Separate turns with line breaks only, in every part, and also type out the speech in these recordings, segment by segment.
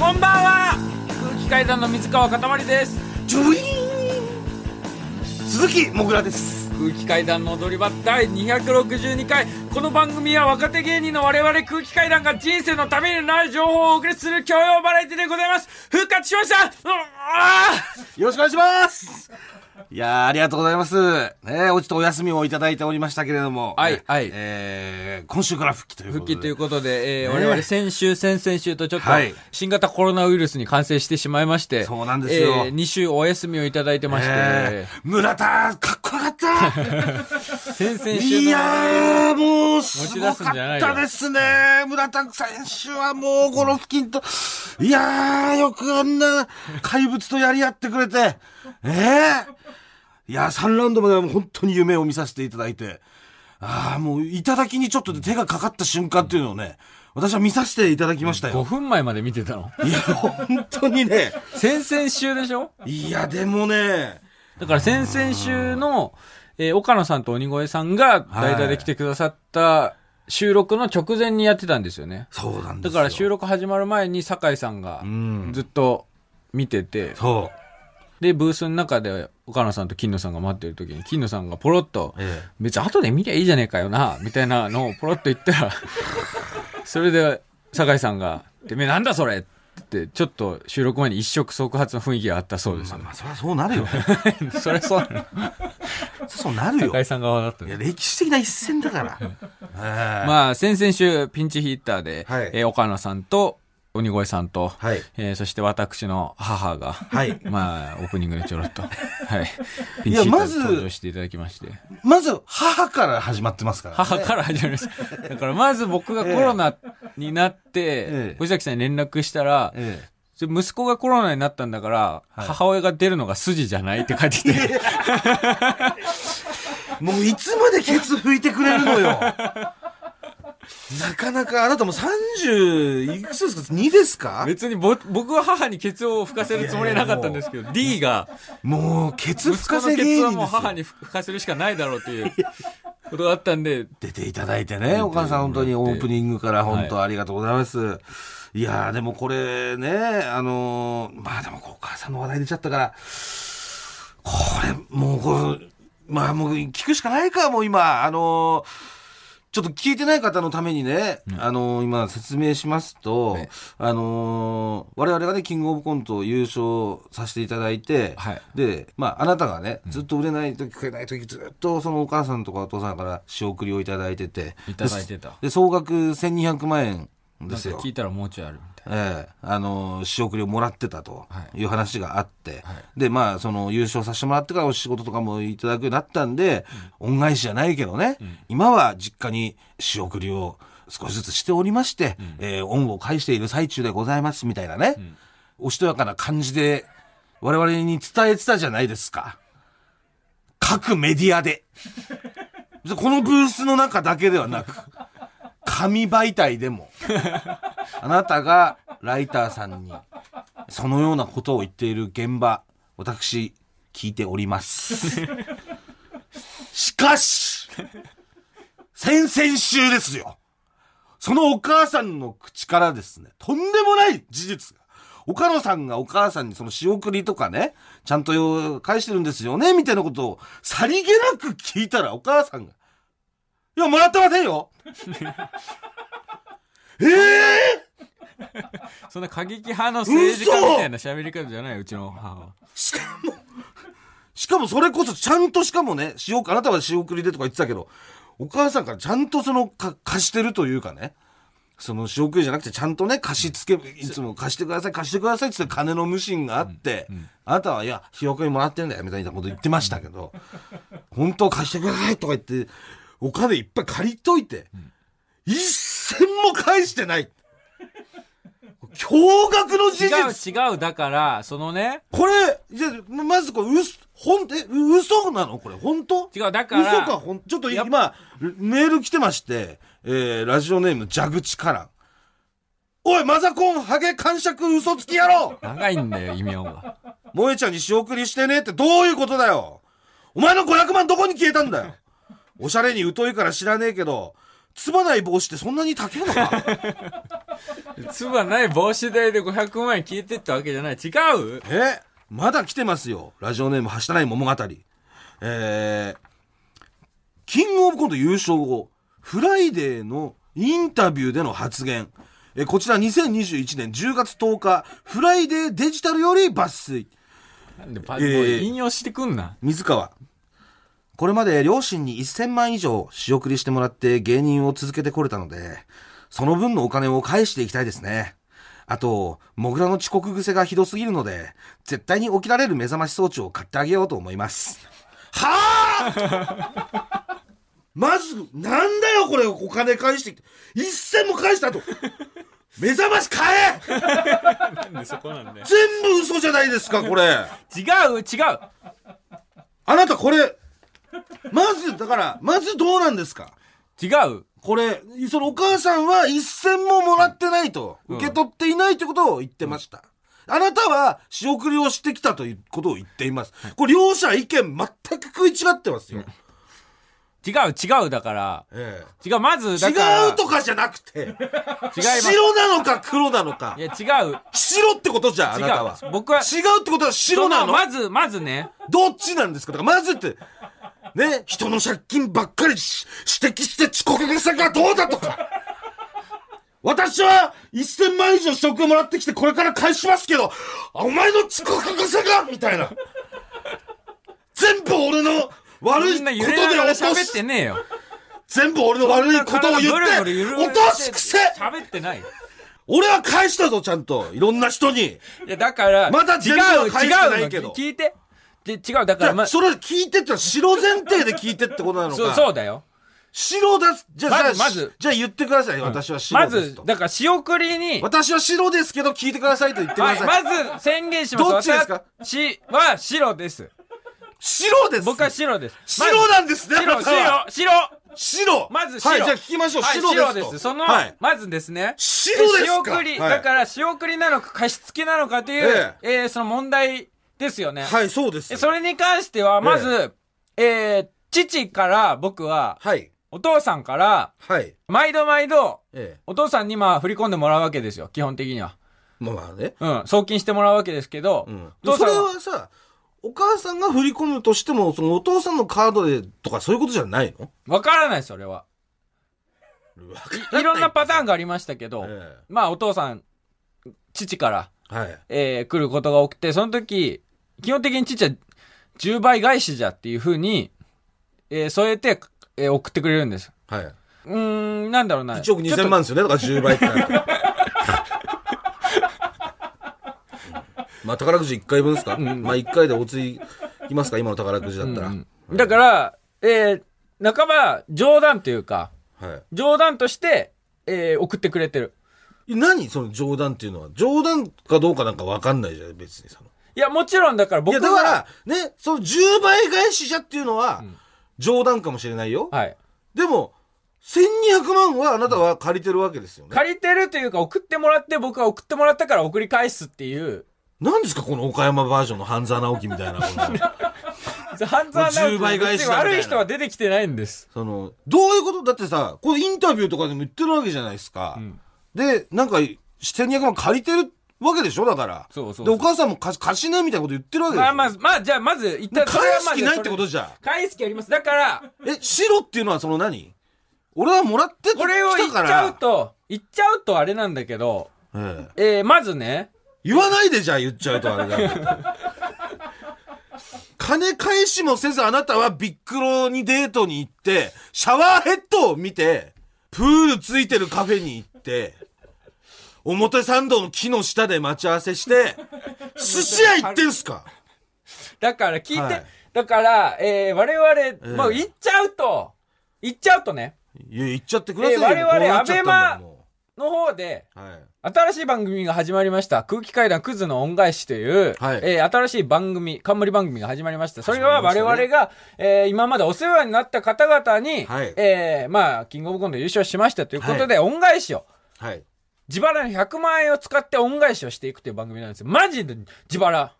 こんばんは空気階段の水川かたまりです
ジョイーン鈴木もぐらです
空気階段の踊り場第262回この番組は若手芸人の我々空気階段が人生のためになる情報をお送りする教養バラエティでございます復活しましたうわあ
よろしくお願いしますいやーありがとうございます。ねえ、おちょっとお休みをいただいておりましたけれども。
はい
ね
はい
えー、今週から復帰ということ
復
で。
帰ということで、えー
ねえ
我々先週、先々週とちょっと
はい
新型コロナウイルスに感染してしまいまして、
そうなんですよ
2週お休みをいただいてまして、
えー村田、かっこよかった
先々週
い
の
やー、も
持
う、す
ち
ご
出すん
か
じゃな
っ
いよ
たですね。村田選手はもう、ゴロフキンと、いやー、よくあんな怪物とやり合ってくれて、ええいやー、3ラウンドまではもう本当に夢を見させていただいて、ああ、もう、いただきにちょっとで手がかかった瞬間っていうのをね、私は見させていただきました
5
よ。
分前まで見てたの
いや、本当にね、
先々週でしょ
いや、でもね、
だから先々週の、えー岡野さんと鬼越さんが代打で来てくださった収録の直前にやってたんですよね。
そうなんで
だ
すよ。
から収録始まる前に酒井さんが
ん
ずっと見てて、
そう。
で、ブースの中で岡野さんと金野さんが待ってる時に、金野さんがポロッと、
ええ
別に後で見りゃいいじゃねえかよな、みたいなのをポロッと言った ら、それで酒井さんが、てめえなんだそれって言って、ちょっと収録前に一触即発の雰囲気があったそうですよ。
まあ、そりゃそうなる よ。
それそうなの
そうなるよ
酒。井さん側だったね
いや、歴史的な一戦だ から。ええ
まあ、先々週、ピンチヒッターで、
はい
えー岡野さんと、鬼越さんと、
はい
えーそして私の母が、
い
まあ、オープニングでちょろっ と、はい、ピン
い
チ
や
ヒッタ
ま
ー
ず
で登場していただきまして、
まず、母から始まってますから、
母から始まりました。だから、まず僕がコロナになって、
ええ
星崎さんに連絡したら、
え
それ息子がコロナになったんだから、母親が出るのが筋じゃないって帰ってきて、
えもういつまでケツ拭いてくれるのよ。なかなか、あなたもう30、いくつですか ?2 ですか
別にぼ僕は母にケツを吹かせるつもりはなかったんですけど、D が、
もう、ケツ
息
拭
子
か
の
せ
ケ
芸
ツは
人
もう
です
母
よ。
に吹かせるしかないだろうということがあったんで、
出ていただいてね、お母さん本当にオープニングから本当ありがとうございます。い、やー、でもこれね、あのーまあでもお母さんの話題出ちゃったから、これ、もうこれ、まあもう聞くしかないか、もう今、あのーちょっと聞いてない方のためにね、あのー今説明しますと、
はい
あのー我々がね、キングオブコントを優勝させていただいて、
はい
で、まあ、あなたがね、ずっと売れない時、食えない時、ずっとそのお母さんとかお父さんから仕送りをいただいてて、
いただいてた
で、総額1200万円で
なん
す
か
よ。
聞いたらもうちょいあるみたい
ええあの仕送りをもらってたと
はい
いう話があって、
は
でまあその優勝させてもらってからお仕事とかもいただくようになったんで、恩返しじゃないけどね、今は実家に仕送りを少しずつしておりまして、えー恩を返している最中でございますみたいなね、おしとやかな感じで我々に伝えてたじゃないですか各メディア ででこのブースの中だけではなく紙媒体でも。あなたがライターさんにそのようなことを言っている現場、私、聞いております。しかし、先々週ですよ。そのお母さんの口からですね、とんでもない事実が。岡野さんがお母さんにその仕送りとかね、ちゃんとよ返してるんですよね、みたいなことをさりげなく聞いたらお母さんが、いや、もらってませんよええ
な。そんな過激派の政治家みたいな喋り方じゃない、うちの母は。
しかも、しかもそれこそちゃんとしかもね、仕送あなたは仕送りでとか言ってたけど、お母さんからちゃんとその、か貸してるというかね、その仕送りじゃなくてちゃんとね、貸し付け、いつも貸してください、貸してくださいって言って金の無心があって、あなたは、いや、仕送りもらってんだよ、みたいなこと言ってましたけど、本当貸してくださいとか言って、お金いっぱい借りといて、一銭も返してない。驚愕の事
違
実
う違うだからそのね
これ、じゃあ、ままずこれ、うす、ほん、え、嘘なのこれ、本当
違うだから
嘘か、ほん、ちょっと
やっ
今、メール来てまして、えー、ラジオネーム、蛇口からん。おい、マザコン、ハゲ、感触、嘘つき野郎
長いんだよ異名が
萌えちゃんに仕送りしてねってどういうことだよお前の500万どこに消えたんだよおしゃれに疎いから知らねえけど、つばない帽子ってそんなに高えのか
つばない帽子代で500万円消えてったわけじゃない違う
えまだ来てますよ。ラジオネーム、はしたない物語。えー、キングオブコント優勝後、フライデーのインタビューでの発言。えーこちら2021年10月10日、フライデーデジタルより抜粋。
なんでパ
えー
もう引用してくんな
水川これまで両親に1000万以上仕送りしてもらって芸人を続けてこれたのでその分のお金を返していきたいですねあとモグラの遅刻癖がひどすぎるので絶対に起きられる目覚まし装置を買ってあげようと思いますはあまずなんだよこれお金返してきて1000も返したと目覚まし買え
なんでそこなんだよ
全部嘘じゃないですかこれ
違う違う
あなたこれ、まず、だから、まずどうなんですか
違う
これ、そのお母さんは一銭ももらってないと、
ん
受け取っていないということを言ってました。あなたは仕送りをしてきたということを言っています。これ両者意見全く食い違ってますよ。
違う違うだから
ええ
違うまずだから
違うとかじゃなくて、
違います
白なのか黒なのか
い。や違う
白ってことじゃんあ
違
なたは。
う僕は
違うってことは白な
そ
の
まずまずね
どっちなんですかだからまずって、ね、人の借金ばっかりし指摘して遅刻癖がどうだとか。私は1000万以上職をもらってきてこれから返しますけど、あお前の遅刻癖がみたいな。全部俺の悪
み
い
ん
こ
な
とで
揺れながら
落と
喋っ、
して
ねえよ
全部俺の悪いことを言
ブルブ
っ
ル
て
揺れ、
落とす癖
喋ってない
俺は返したぞ、ちゃんと。いろんな人に。
いやだから
まだ全部は返してないけ
違う違う
ど
の聞いてで違うだか
じ
ら
ゃ
ま
あ、それ聞いてってのは白前提で聞いてってことなのか。
そうそうだよ
白だす。じゃ
まず
あ、じゃあ
まず
じゃあ言ってください。私は白
ま
です
ず
と。
だから仕送りに
私は白ですけど聞いてくださいと言ってくだ
は
さ
い
い。
まず宣言します
どっちですか
私は白です
白です。
僕は白です
白なんですね。
まず
あなたは
白白白
白。
まず白
はい、じゃあ聞きましょう。
はい
白ですと。
その、
はい。
まずですね。
白ですか
え仕送り、
はい
だから仕送りなのか貸し付きなのかという、えーその問題ですよね。
はい、そうです。
えそれに関しては、まず、えー父から僕は、
はい。
お父さんから、
はい。
毎度毎度、
ええ。
お父さんにまあ振り込んでもらうわけですよ、基本的には。
まあまあね。
うん、送金してもらうわけですけど、
うん。
お父
そ
さん
れはさ、お母さんが振り込むとしても、そのお父さんのカードでとかそういうことじゃないの
わからない、それは。いいろんなパターン
が。
がありましたけど、
え
まあお父さん、父から、
え。はい。
えー来ることが多くて、その時、基本的にちっちゃい10倍返しじゃっていう風に、えー添えて、えー送ってくれるんです。
はい。
うーん、なんだろうな。
1億2000万ですよね。だから10倍ってなると まあ、宝くじ1回分ですか、まあ、1回でお釣りいますか今の宝くじだったら。
うんだから、えー半ば冗談というか、
は
冗談として、えー送ってくれてる。
い。何その冗談っていうのは。冗談かどうかなんか分かんないじゃん、別にその。
いや、もちろんだから
い
僕
や、
は、
だから、ね、その10倍返しじゃっていうのは、冗談かもしれないよ。
はい。
でも、1200万はあなたは借りてるわけですよね。
借りてるというか、送ってもらって、僕は送ってもらったから送り返すっていう、
何ですかこの岡山バージョンの半沢直樹みたいな。この
半沢直樹
10倍返しだみたいな
悪い人は出てきてないんです。
その、どういうことだってさ、これインタビューとかでも言ってるわけじゃないですか。で、なんか、1200万借りてるわけでしょだから。
そうそうそう
で、お母さんも貸貸しなみたいなこと言ってるわけでしょ。
まあまあ、まあ、じゃあ、まず、一
で
旦それ
返
は
す
まず
気ないってことじゃん。
返す気あります。だから、
え、白っていうのはその何俺はもらってき
これを言
た
っち
から。
ゃうと、言っちゃうとあれなんだけど、
ええ
えー、まずね、
言わないでじゃあ言っちゃうとあれだけど。金返しもせずあなたはビックロにデートに行って、シャワーヘッドを見て、プールついてるカフェに行って、表参道の木の下で待ち合わせして、寿司屋行ってんすか
だから聞いて、
はい
だから、えー、我々、まあ言っちゃうと、言っちゃうとね、
いや、行っちゃってくださいよ。
え我々
こうなっちゃったんだ
アベ
もん
の方で、
はい。
新しい番組が始まりました。空気階段クズの恩返しという、
はい
えー新しい番組、冠番組が始まりました。それは
始ま
我
りま
々
したね
が、えー今までお世話になった方々に、
はい
えーまあ、キングオブコント優勝しましたということで、恩返しを、
はい。
自腹の100万円を使って恩返しをしていくという番組なんですよ。マジで自腹。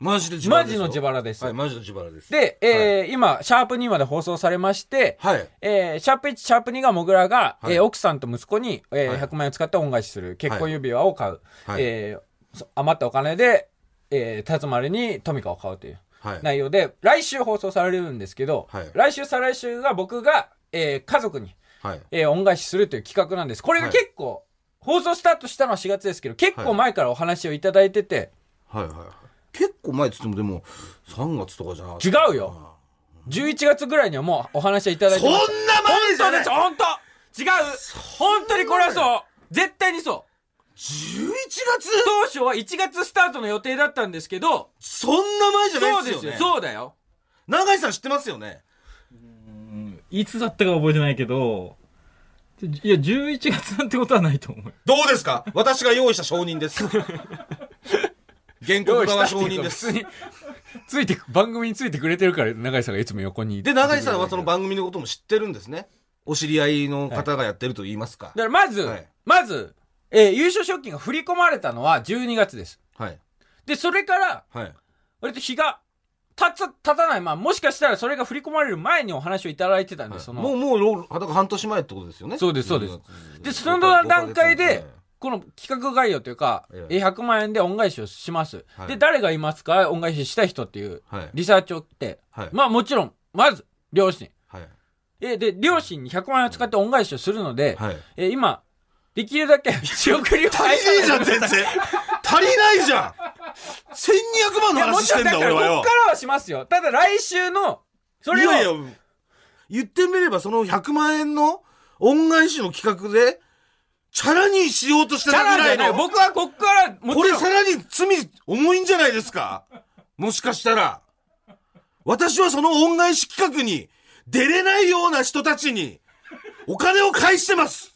マジで自
マ
腹です
ジ
よ。
の自腹です。
はい、マジの自腹です。
で、えー今、シャープ2まで放送されまして、
はい。
えーシャープ1、シャープ2がモグラが、
はい
えー奥さんと息子に、えー
はい
100万円を使って恩返しする。結婚指輪を買う。
はい
えーそ余ったお金で、えー、辰丸にトミカを買うという
はい。
内容で、来週放送されるんですけど、
はい
来週、再来週が僕が、えー家族に、
はい。
えー恩返しするという企画なんです。これが結構、放送スタートしたのは4月ですけど、結構前からお話をいただいてて、
はい。はい。結構前っつっても、でも、3月とかじゃなかった
違うよ。11月ぐらいにはもうお話をいただい
そ
て
んな
ました
前じゃ
本当
な
で
い
す本当違う本当にこれはそう絶対にそう
11月
当初は1月スタートの予定だったんですけど、
そんな前じゃな
そ
いうで
ですす
よ
よ、
ね。う。
そうだよ。
長井さん知ってますよね。
いつだったか覚えてないけど、いや、11月なんてことはないと思 う。
どうですか私が用意した証人です。 原告側証人で
普
す。
通に ついてく、番組についてくれてるから、永井さんがいつも横にいて。
で、長井さんはその番組のことも知ってるんですね。お知り合いの方がやってると言いますか。
だからまず、
はい
まず、えー優勝賞金が振り込まれたのは12月です。
はい。
で、それから、
はい。
割と日が、たつ、たたない。まあ、もしかしたらそれが振り込まれる前にお話をいただいてたんで、その。
もう、もうろ、裸半年前ってことですよね。
そうですそうです
す
で、その段階で、この企画概要というか、
ええ
え100万円で恩返しをします。
はい
で、誰がいますか恩返ししたい人っていう
はい
リサーチをって、
はい
まあもちろん、まず、両親。
はい。
えで、両親に100万円を使って恩返しをするので、
はい。
え今、できるだけ仕送 りを
足りねえじゃん、全然。足りないじゃん。1200万
い
の
やも
話
ち
し
ろ
て
ん
んだ、
だから
俺
こ
は
っ
よ
か。らはしますよ。ただ来週の、そ
い
れを、
やいや、言ってみれば、その100万円の恩返しの企画で、チャラにしようとして
チ
た
ャ
ぐ
ラじ
ら
ゃ
い
ない。
の。
僕はこっから、も
こ
ち
れ
ろん
さ、らに罪重いんじゃないですかもしかしたら。私はその恩返し企画に出れないような人たちにお金を返してます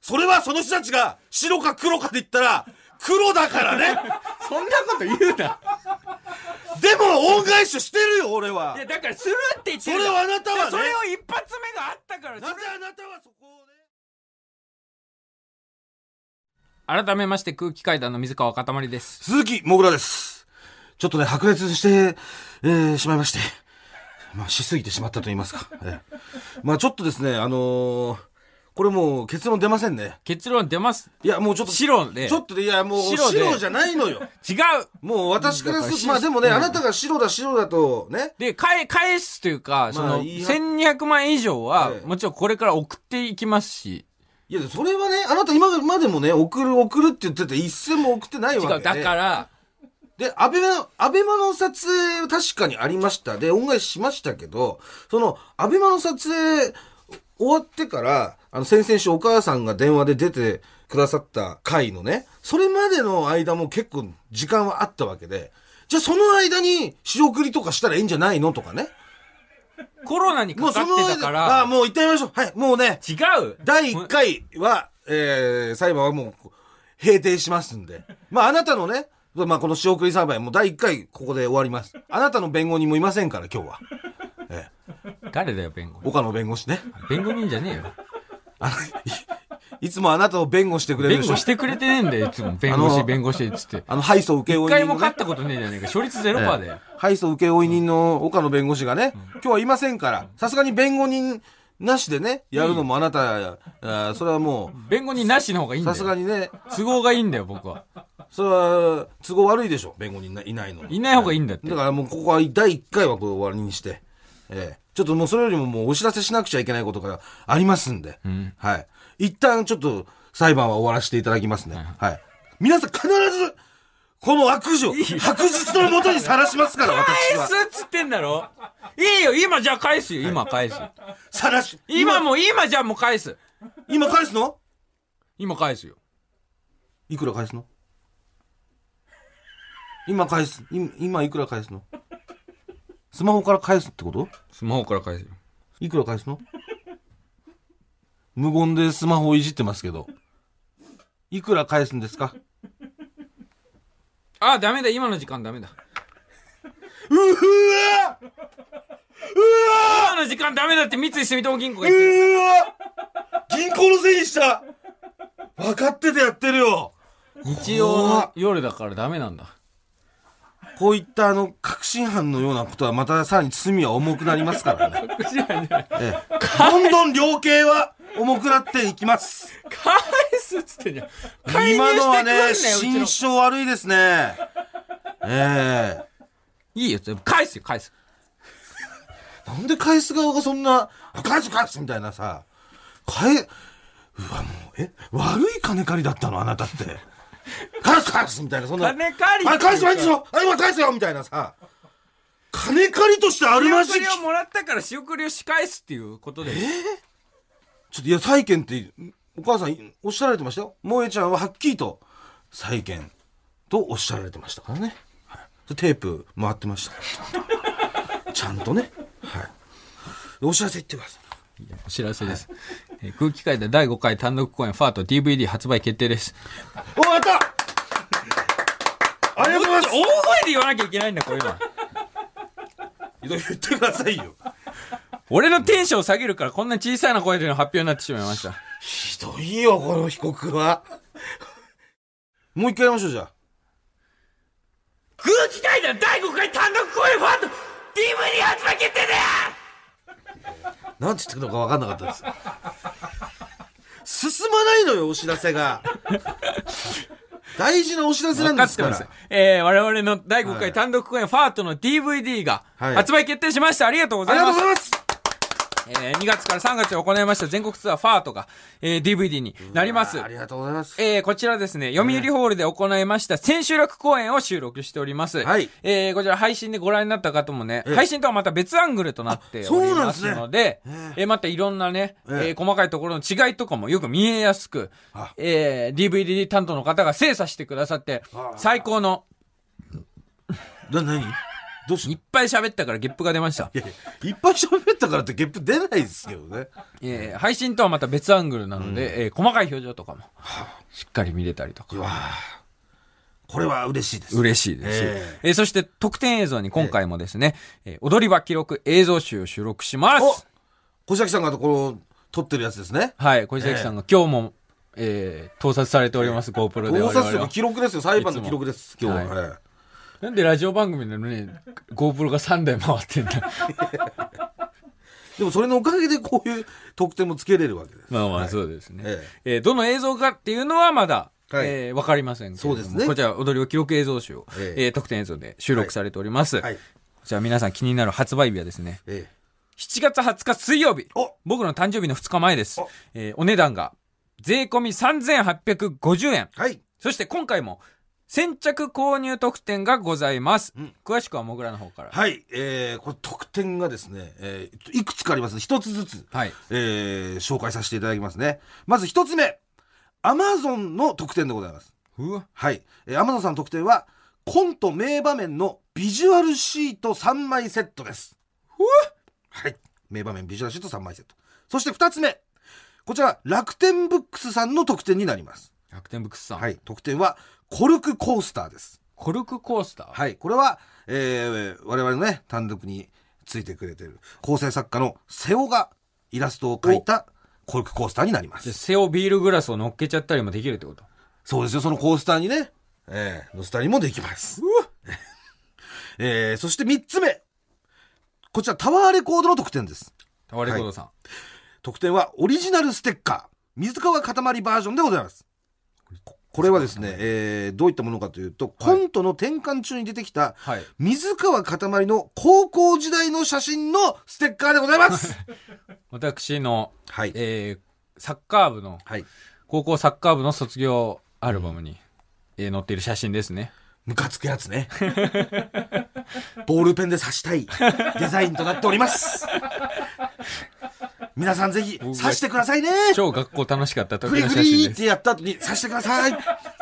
それはその人たちが白か黒かで言ったら黒だからね
そんなこと言うな。
でも恩返しをしてるよ俺はい
や、だからするって言って
そ
る
れをあなたはね
それを一発目があったから、
なぜあなたはそこをね
改めまして空気階段の水川かたまりです。
鈴木もぐらです。ちょっとね、白熱して、えーしまいまして。まあ、しすぎてしまったと言いますか。ええまあ、ちょっとですね、あのーこれもう結論出ませんね。
結論出ます。
いや、もうちょっと。
白で
ちょっとで、いや、もう白
白で
じゃないのよ。
違う
もう私から
だから
す
し
まあでもね、
うん
あなたが白だ白だと、ね。
で、返、返すというか、その、
いいや
1200万円以上は
え、え
もちろんこれから送っていきますし、
いや、それはね、あなた今までもね、送る送るって言ってて、一銭も送ってない
違
わけ
う、
で。
だから、
で、アベマ、アベマの撮影、確かにありました。で、恩返ししましたけど、その、アベマの撮影、終わってから、あの、先々週お母さんが電話で出てくださった回のね、それまでの間も結構時間はあったわけで、じゃあその間に仕送りとかしたらいいんじゃないのとかね。
コロナに
も
か
う
か
そ
っ
の
て
間
たか
ああ、
ら、
もう行ってみましょう。はい、もうね、
違う
第1回は、えー、裁判はもう閉廷しますんで。まあ、あなたのね、まあ、この仕送り裁判もう第1回ここで終わります。あなたの弁護人もいませんから、今日は。
誰だよ、弁護人。
岡野弁護士ね。
弁護人じゃねえ よ。
あのいいつもあなたを弁護してくれる
弁
でしょ
護してくれてねえんだよ、いつも。弁護
あ
士、
の
弁護士、つって。
あの、敗訴受け
一
負
回
人
も
の、
勝
ね
っ。たことねえじゃねえか。勝率ゼロパーだよ。
敗訴受け負人の岡野弁護士がね、今日はいませんから、さすがに弁護人なしでね、やるのもあなた、あーそれはも
弁護人なしの方がいい
う、
んだ
さすが
よ。
にね、
都合がいいんだよ、僕は。
それは都合悪いでしょ、弁護人ないないの。
いない方がいいんだって
だ。からもうここは第1回はこれ終わりにして、ええちょっともうそれよりももうお知らせしなくちゃいけないことがありますんで、はい。一旦ちょっと裁判は終わらせていただきますね。はい。皆さん必ず、この悪事を白日のもとにさらしますから、私
返
は
す。っつってんだろいいよ、今じゃあ返すよ、今返す。
さらし。
今も、今じゃあもう返す。
今、今返すの
今返すよ。
いくら返すの今返す。今、今いくら返すのスマホから返すってこと
スマホから返すよ。
いくら返すの無言でスマホをいじってますけど。いくら返すんですか
あ、ダメだ、今の時間ダメだ。今の時間ダメだって三井住友銀行が言ってる。
うわ銀行のせいにした分かっててやってるよ
日曜の夜だからダメなんだ。
こういったあの、確信犯のようなことはまたさらに罪は重くなりますからね。ええどんどん量刑は重くなっていきます。
返すっつってんじゃん。介入
今のはね、
してくんなよ、う
心
ち
象悪いですね。ええ
の。いいよ、全部返すよ、返す。
なんで返す側がそんな、返す返すみたいなさ、返、うわ、もう、え、悪い金借りだったのあなたって。返す返すみたいな、そんな。
金借り
あれ返すないでしょあれ今返すよみたいなさ。金借りとしてある
仕
まじ
送
き。
り
ちょ
をもらったから仕送りを仕返すっていうことで。
っと、いや、債権って、お母さんおっしゃられてましたよ。萌えちゃんははっきりと、債権とおっしゃられてましたからね。はい、テープ回ってました。ちゃんとね。はい。お知らせ言ってください。
お知らせです。えー空気階段第5回単独公演ファート DVD 発売決定です。
お、やったありがとうございま
大
す
声で言わなきゃいけないんだ、こういうのは。
言ってくださいよ。
俺のテンションを下げるからこんな小さな声での発表になってしまいました。
ひどいよ、この被告は。もう一回やりましょう、じゃあ。
空気階段第5回単独公演ファート DVD 発売決定だ
なんて言ってるのか分かんなかったです。進まないのよ、お知らせが。大事なお知らせなん
分か
で
っ
す
て
か
ます
ら。。
えー、我々の第5
は
回
い
単独公演ファートの DVD が
はい
発売決定しました。ありがとうござ
あり
い
がと
ま
う
す
ご。ざいます
えー、2月から3月に行いました全国ツアーファートが、えー、DVD になります
あ。りがとうございます。
えー、こちらですね、読売ホールで行いました千秋楽公演を収録しております。
はい
えー、こちら配信でご覧になった方もね、
え
配信とはまた別アングルとなっておりま
あそう
す
な
の
ん
で、
ね
えーまたいろんなね、え
え
ー細かいところの違いとかもよく見えやすく
あ、
えー、DVD 担当の方が精査してくださって
あ、
最高の、
な、なにどうし
い
い
っぱい喋ったからゲップが出ました。
やいやいっぱい喋ったからってゲップ出ないですけどね。
えー、配信とはまた別アングルなので、えー細かい表情とかも、しっかり見れたりとか
う。わこれは嬉しいです。
嬉しいです。
え
えーそして特典映像に今回もですね、えー踊り場記録映像集を収録しま
お
す。
小崎さんがこの、撮ってるやつですね。
はい、小石さんが今日も、えー盗撮されております、GoPro で
盗
我
撮
々
とか
は。
記録ですよ。裁判の記録です。
いつ
今
も
日は。
は
はい
なんでラジオ番組なのに GoPro が3台回ってん だ
でもそれのおかげでこういう特典もつけれるわけです。
まあまあそうですね。
え
えーどの映像かっていうのはまだ、
はい
えーわかりませんけれども
そうですね
こちら踊り場記録映像集を、え
え
ー
え
特典映像で収録されております。
はい。
じゃあ皆さん気になる発売日はですね、
え
7月20日水曜日
お。
僕の誕生日の2日前です
お。
えーお値段が、税込み3850円。
え。はい。
そして今回も、先着購入特典がございます。
ん
詳しくはもぐらの方から。
はい。えー、これ特典がですね、えー、いくつかあります。一つずつ、
はい
えー、紹介させていただきますね。まず一つ目。アマゾンの特典でございます。
うわ。
はい。えー、アマゾンさんの特典は、コント名場面のビジュアルシート3枚セットです。はい。名場面ビジュアルシート3枚セット。そして二つ目。こちら、楽天ブックスさんの特典になります。
100点ブックスさん。
はい。特典は、コルクコースターです。
コルクコースター。
はい。これは、えー、我々のね、単独についてくれてる、構成作家の瀬尾がイラストを描いたコルクコースターになりま
じゃあ
す。
背をビールグラスを乗っけちゃったりもできるってこと。
そうですよ、そのコースターにね、えー、乗せたりもできます。 えー、そして3つ目。こちら、タワーレコードの特典です。
タワレコードさん。
特典は、オリジナルステッカー、水川かたまりバージョンでございます。ここれはですね、えー、どういったものかというと、コントの転換中に出てきた、
はい。
水川かたまりの高校時代の写真のステッカーでございます。
私の、
はい
えーサッカー部の、
はい。
高校サッカー部の卒業アルバムに、えー載っている写真ですね。
ムカつくやつね。ボールペンで刺したいデザインとなっております。 皆さんぜひ刺してくださいね。
超学校楽しかった時
フリ
の
フ
写真
リっ
です。
てやった後に刺してください。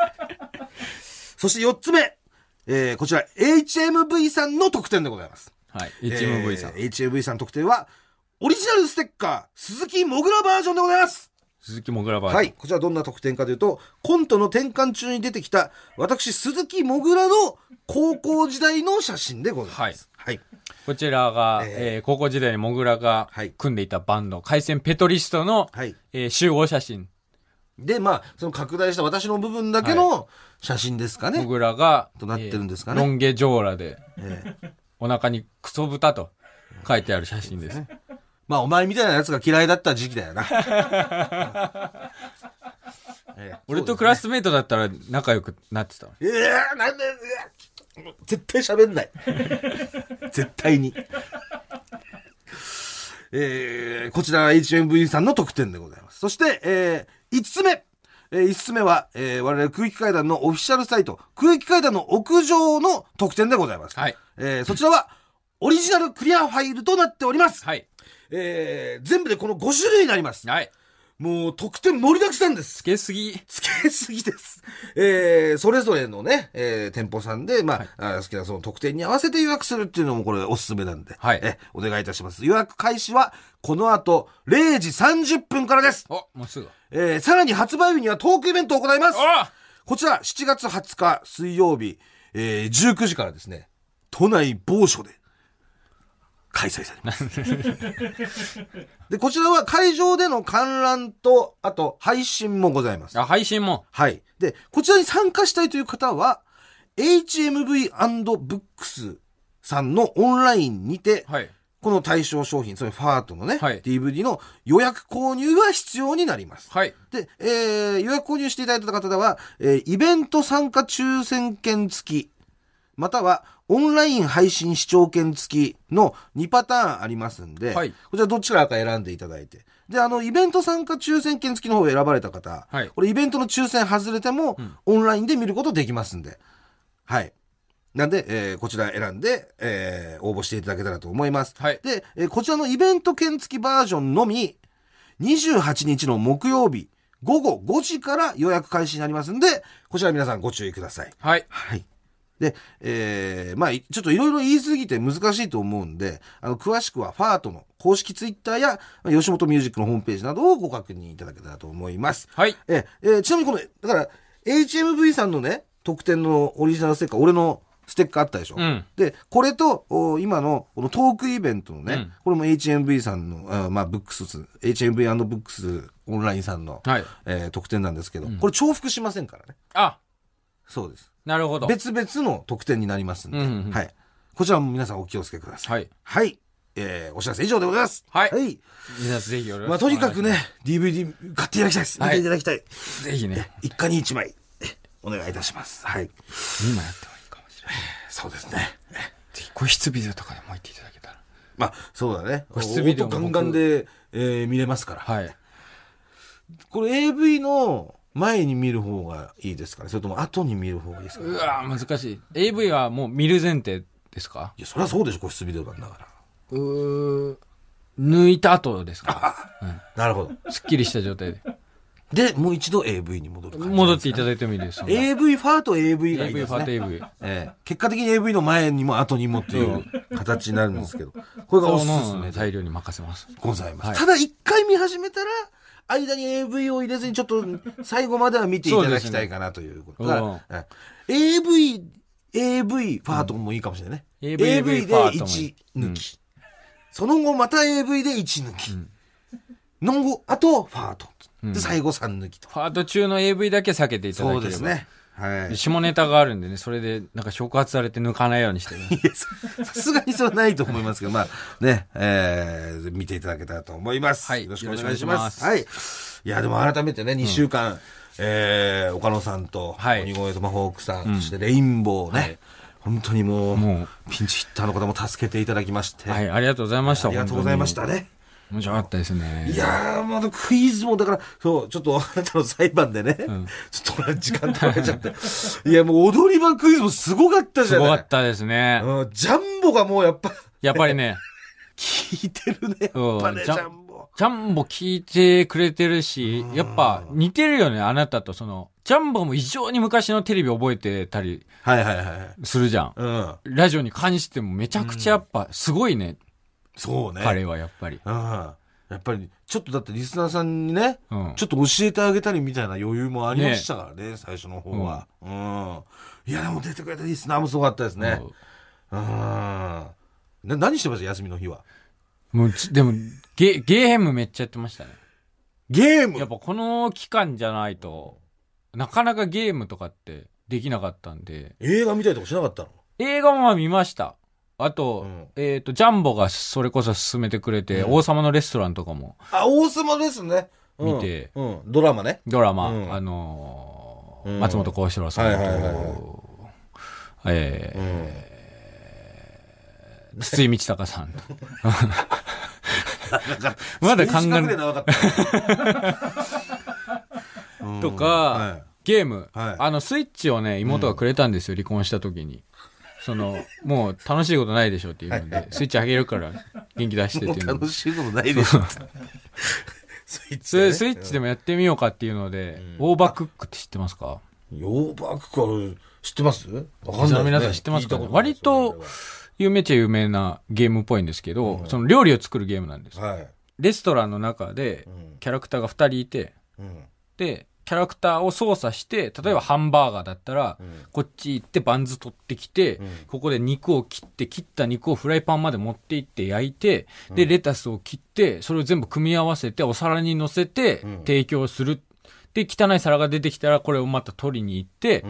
そして4つ目。えー、こちら HMV さんの特典でございます。
はい。HMV さん。
えー HMV さんの特典は、オリジナルステッカー、鈴木もぐらバージョンでございます。
鈴木もぐらバージョン
はい、こちらどんな特典かというと、コントの転換中に出てきた、私、鈴木もぐらの高校時代の写真でございます。はい。
こちらが、
え
えー高校時代にもぐらが
はい
組んでいたバンド、海鮮ペトリストの、
はい
えー集合写真。
で、まあ、その拡大した私の部分だけの写真ですかね。
もぐらが、
となってるんですかね
えーロン毛ジョーラで、
ええ
お腹にクソ豚と書いてある写真です。
まあ、お前みたいなやつが嫌いだった時期だよな。ええ
俺とクラスメイトだったら仲良くなってたの。
ええなんで、うわ絶対喋んない。 絶対に。えーこちらが HMV さんの特典でございます。そして、え5つ目。え5つ目は、えー我々空気階段のオフィシャルサイト、空気階段の屋上の特典でございます。
はい
えーそちらは、オリジナルクリアファイルとなっております。
はい。
えー全部でこの5種類になります。
はい。
もう特典盛りだくさんです
つ。けすぎ。
つけすぎです。 えー、それぞれのね、えー、店舗さんで、まあ、あー好きなその特典に合わせて予約するっていうのもこれおすすめなんで、
はい
え、お願いいたします。予約開始は、この後、0時30分からです。
お、もうすぐ。
えー、さらに発売日にはトークイベントを行います。
あ
こちら、7月20日水曜日、えー、19時からですね、都内某所で、開催されます。 で、こちらは会場での観覧と、あと、配信もございます。
あ、配信も。
はい。で、こちらに参加したいという方は、HMV&Books さんのオンラインにて、
はい。
この対象商品、それファートのね、
はい
DVD の予約購入が必要になります。
はい。
で、えー予約購入していただいた方は、えーイベント参加抽選券付き、または、オンライン配信視聴券付きの2パターンありますんで、
はい
こちらどちらか選んでいただいて。で、あの、イベント参加抽選券付きの方を選ばれた方、
はい
これイベントの抽選外れても、オンラインで見ることできますんで、はい。なんで、えーこちら選んで、えー応募していただけたらと思います。
はい
で、えーこちらのイベント券付きバージョンのみ、28日の木曜日、午後5時から予約開始になりますんで、こちら皆さんご注意ください。
はい。
はい。で、えーまあ、いちょっといろいろ言い過ぎて難しいと思うんで、あの、詳しくはファートの公式ツイッターや、まあ吉本ミュージックのホームページなどをご確認いただけたらと思います。
はい。
ええーちなみにこの、だから、HMV さんのね、特典のオリジナルステッカー、俺のステッカーあったでしょ。
うん
で、これと、お今の、このトークイベントのね、
うん
これも HMV さんの、あーまあ、ブックス、HMV&Books オンラインさんの、
はい
えー特典なんですけど、これ重複しませんからね。
あ、
そうです。
なるほど。
別々の特典になりますんで、
うんうんうん
はい。こちらも皆さんお気をつけください。
はい。
はい。えーお知らせ以上でございます。
はい皆さんぜひよろしく
まあ、とにかく
お願い
ね、DVD 買っていただきたいです。
はい
見ていただきたい。
します。ぜひね。
一家に一枚、えお願いいたします。はい。
今やってもいいかもしれない。
そうですね。
ぜひ、個室ビデオとかでも置いていただけたら。
まあ、そうだね。
個室ビデオ
音ガンガンで、えー見れますから。
はい。
これ AV の前に見る方がいいですかねそれとも後に見る方がいいですかね
うわー難しい。AV はもう見る前提ですか
いや、そりゃそうでしょ、個室ビデオなんだから。
うー抜いた後ですか
なるほど。
すっきりした状態で。
で、もう一度 AV に戻る感じ。
戻っていただいてもいいです。
AV ファーと AV がいい
AV フ
です
ァー
ね。
ト AV。
ええ結果的に AV の前にも後にもっていう形になるんですけど、これがおすすめ
の
で
材料に任せます。
ございます。
はい
ただ一回見始めたら、間に AV を入れずにちょっと最後までは見ていただきたいかなということだ
そうで
から、うん AV、AV パートもいいかもしれないね。
うん
AV で
AV パートもい
1
い
抜き。その後また AV で1抜き。の後、あとファート。で、最後3抜きと。
ファート中の AV だけ避けていただけ
そ
れ
う
ば。
ですね。はい。
下ネタがあるんでね、それでなんか触発されて抜かないようにして ね
いやささすがにそれはないと思いますけど、まあね、えー見ていただけたらと思います。
はい
よろしくお願いします。
よ
はい。いや、でも改めてね、2週間、えー岡野さんと、
はい
鬼越トマホークさん、そしてレインボーね、本当にもう、
もう
ピンチヒッターの方も助けていただきまして、
はい、ありがとうございました。
ありがとうございましたね。
本当に。面白かったですね。
いやー、まだクイズも、だから、そう、ちょっとあなたの裁判でね、ちょっと俺時間取られちゃって、いや、もう踊り場クイズもすごかったじ
す
ゃな
ご
い
かったですね。
うん、ジャンボがもうやっぱ、
やっぱりね、
聞いてるね、 やっぱ
う
ね、
んジ
ジ
ャン
ャンボ。
ジャンボ聞いてくれてるし、やっぱ似てるよね、あなたとその。ジャンボも異常に昔のテレビ覚えてたり
はいはいはい。
するじゃん。
うん。
ラジオに関してもめちゃくちゃやっぱすごいね、
そうね。
彼はやっぱり。
うん。やっぱりちょっとだってリスナーさんにね、
うん
ちょっと教えてあげたりみたいな余裕もありましたからね最初の方は、うんいやでも出てくれたリスナーもすごかったですねうんな何してました休みの日は
もうちでもゲゲームめっちゃやってましたね
ゲーム
やっぱこの期間じゃないとなかなかゲームとかってできなかったんで
映画見たりとかしなかったの
映画も見ましたあと,、
うん
えっとジャンボがそれこそ勧めてくれて「王様のレストラン」とかも
あ王様ですね、うん
見て
うん、ドラマね
ドラマ、
うん
あのー
うん
松本幸四郎さんと、
はいはいはいはい
えー筒井道隆さんと まだ考え
政治家ぐらい長か った、うん
とか、
は
ゲーム、
はい
あのスイッチをね妹がくれたんですよ、離婚した時にそのもう楽しいことないでしょっていうのでスイッチあげるから元気出して
い、
っ
も
て
う
いうの
楽
で
しいことないで しょスイッ
そ
ね
れスイッチでもやってみようかっていうので、オーバークックって知ってますか
ヨーバークから知ってますわか
リ
ん
スナー
ないですね、
の皆さん知ってますかね
聞いたことない
割
ですよ
と有名っちゃ有名なゲームっぽいんですけど、その料理を作るゲームなんです
それははい。
レストランの中で
ん
キャラクターが2人いて
うん。
でキャラクターを操作して例えばハンバーガーだったら、こっち行ってバンズ取ってきて、ここで肉を切って切った肉をフライパンまで持って行って焼いてでレタスを切ってそれを全部組み合わせてお皿に乗せて提供する、で汚い皿が出てきたらこれをまた取りに行って、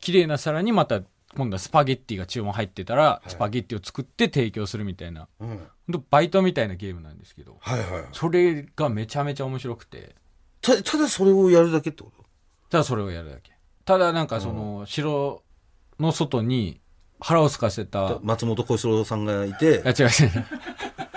綺麗な皿にまた今度はスパゲッティが注文入ってたら、スパゲッティを作って提供するみたいな
うん。
ほんとバイトみたいなゲームなんですけど
はいはい。
それがめちゃめちゃ面白くて
た、ただそれをやるだけってこと
ただそれをやるだけただなんかその城の外に腹を空かせた、い
松本幸四郎さんがいて、
や違う違う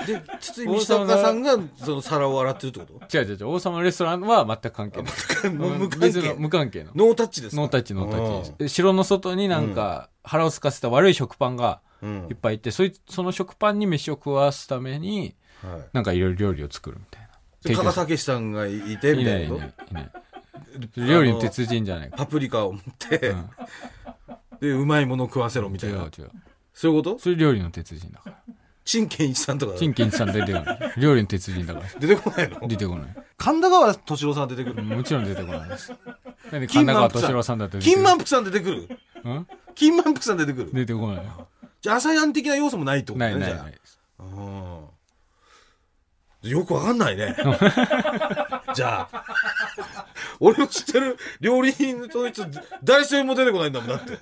で、筒井道隆さんがその皿を洗ってるっ てこと
違う違う違う王様のレストランは全く関係ない
もう無関
別の
係。
無関係の
ノータッチですか
ノータッチノータッチです城の外になんか腹を空かせた悪い食パンが
うん。
いっぱいいて、そいつその食パンに飯を食わすために
うん。はい。
なんかいろいろ料理を作るみたいな
で加賀武さんがいて、
い
み
な
た
い
い
い
なこ
な
と
いいない料理の鉄人じゃないか
パプリカを持って、で、うまいものを食わせろみた
違
いうな。
違う
そういうこと
それ料理の鉄人だから
陳建一さんとか
陳建一さん出てこない料理の鉄人だから
出てこないの
出てこない
神田川敏郎さん出てくる。
もちろん出てこない です。なんで
金
神田
満
川
腹
敏郎さんだって出てく
金満腹さん出てくる。
るん
金満腹さん出てくる。
出てこない。
じゃあ、アサヤン的な要素もないってこと
な
ね。
いない
じゃ
ない。
あうん。よくわかんない ね。じゃあ。俺の知ってる料理人の人、誰一人も出てこないんだもん、だって。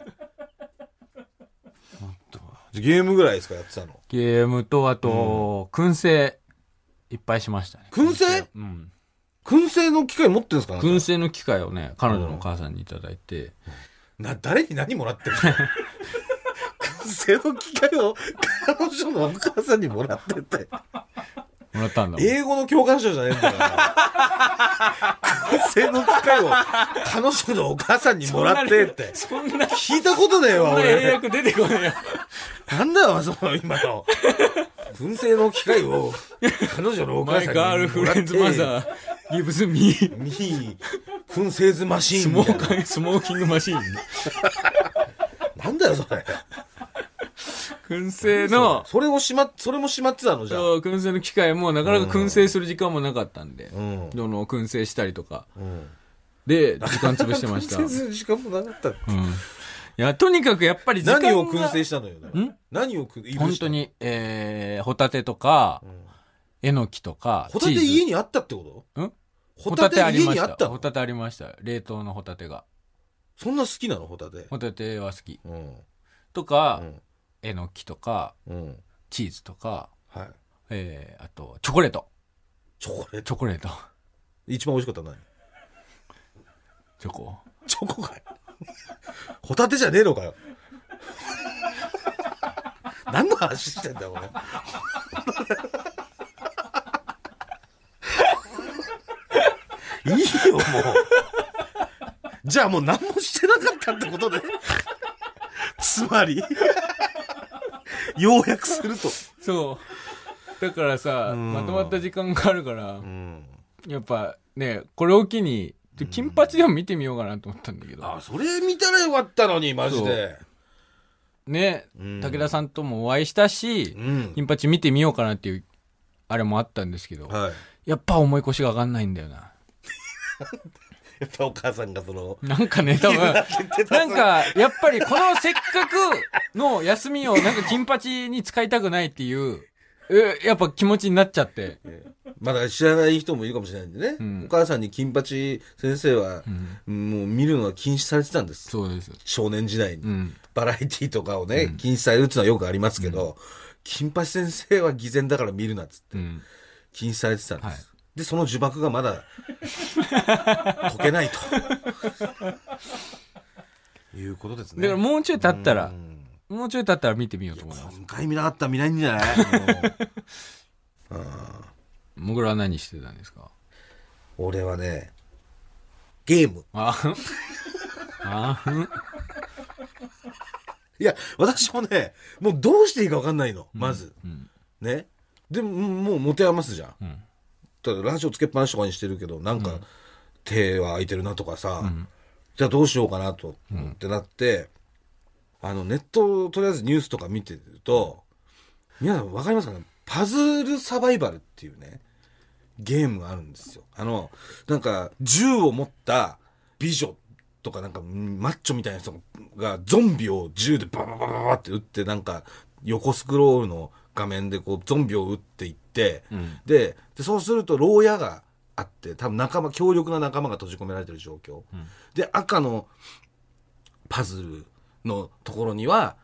じゃあゲームぐらいですか、やってたの。
ゲームと、あと、燻製、いっぱいしましたね。
燻製
うん。
燻製の機械持ってんですかあなた
燻製の機会をね、彼女のお母さんにいただいて、
な、誰に何もらって るの燻製の機械を彼女のお母さんにもらってて。
もらったんだもん。
英語の教科書じゃねえんだから。燻製の機会を彼女のお母さんにもらってって。
そんな、
聞いたことねえわ、俺。
出てこないよ。
なんだよ、その今の。燻製の機会を彼女のお母
マイ
さんにも
ガー
らって。
ルフレンズマザー、ギブスミー、
ミー、燻製ズマシー
ス
ンみ
モ
たい
ーカー、スモーキングマシーン。
な。なんだよ、それ。
燻製の、
それをしま、それもしまってたのじゃあ。
そう燻製の機会も、なかなか燻製する時間もなかったんで、
ん
どの燻製したりとか、
ん
で、時間潰してました。
燻製する時間もなかった。
いや、とにかくやっぱり時間が
何を燻製したのよ。だから何を燻
本当。に、えー、ホタテとか、えのきとか、
ホタテ
チーズ
家にあったってこ
ん
と
ホタテあり
家
ま
にあ
し。
ったた
ホ
の
タテありました。冷凍のホタテが。
そんな好きなのホタテ。
ホタテは好き。
うん。
とか、
ん
えのきとか、
うん。
チーズとか、
はい。
えー、あと、チョコレート。
チョコレート。
チョコレート。
一番美味しかったのは
チョコ。
何チョコかよ。ホタテじゃねえのかよ。何の話してんだよ、俺。いいよ、もう。じゃあもう何もしてなかったってことで。つまり、ようやくすると。
そう。だからさ、まとまった時間があるから、
ん
やっぱね、これを機に、ちょ金八でも見てみようかなと思ったんだけど。
あ、それ見たらよかったのに、マジで。
ね、武田さんともお会いしたし、
ん
金八見てみようかなっていう、あれもあったんですけど、
はい。
やっぱ重い腰が上がんないんだよな。
やっぱお母さんがその、
なんかね、多分、なんか、やっぱりこのせっかくの休みをなんか金八に使いたくないっていう、えやっぱ気持ちになっちゃって。
まだ知らない人もいるかもしれないんでね。お母さんに金八先生は、もう見るのは禁止されてたんです。
そうです。
少年時代に、
ん
バラエティとかをね、禁止されるっていうのはよくありますけど、金八先生は偽善だから見るなっつって、
ん
禁止されてたんです。
はい
で、その呪縛がまだ解けないと。いうことですね。
だからもうちょい経ったら、もうちょい経ったら見てみようと思います。
今回見なかったら見ないんじゃ ないもう
もぐらは何してたんですか
俺はね、ゲーム。
あんあん
いや、私もね、もうどうしていいか分かんないの、まず。ね。でも、もう持て余すじゃん。ただ、ラジオつけっぱなしとかにしてるけど、なんか、手は空いてるなとかさ、じゃあどうしようかなと、ってなって、あの、ネット、とりあえずニュースとか見てると、皆さん分かりますかねパズルサバイバルっていうね、ゲームがあるんですよ。あの、なんか、銃を持った美女とか、なんか、マッチョみたいな人が、ゾンビを銃でバババババって撃って、なんか、横スクロールの画面で、こう、ゾンビを撃っていって、でで、そうすると、牢屋があって、多分仲間、強力な仲間が閉じ込められてる状況。で、赤のパズルのところには、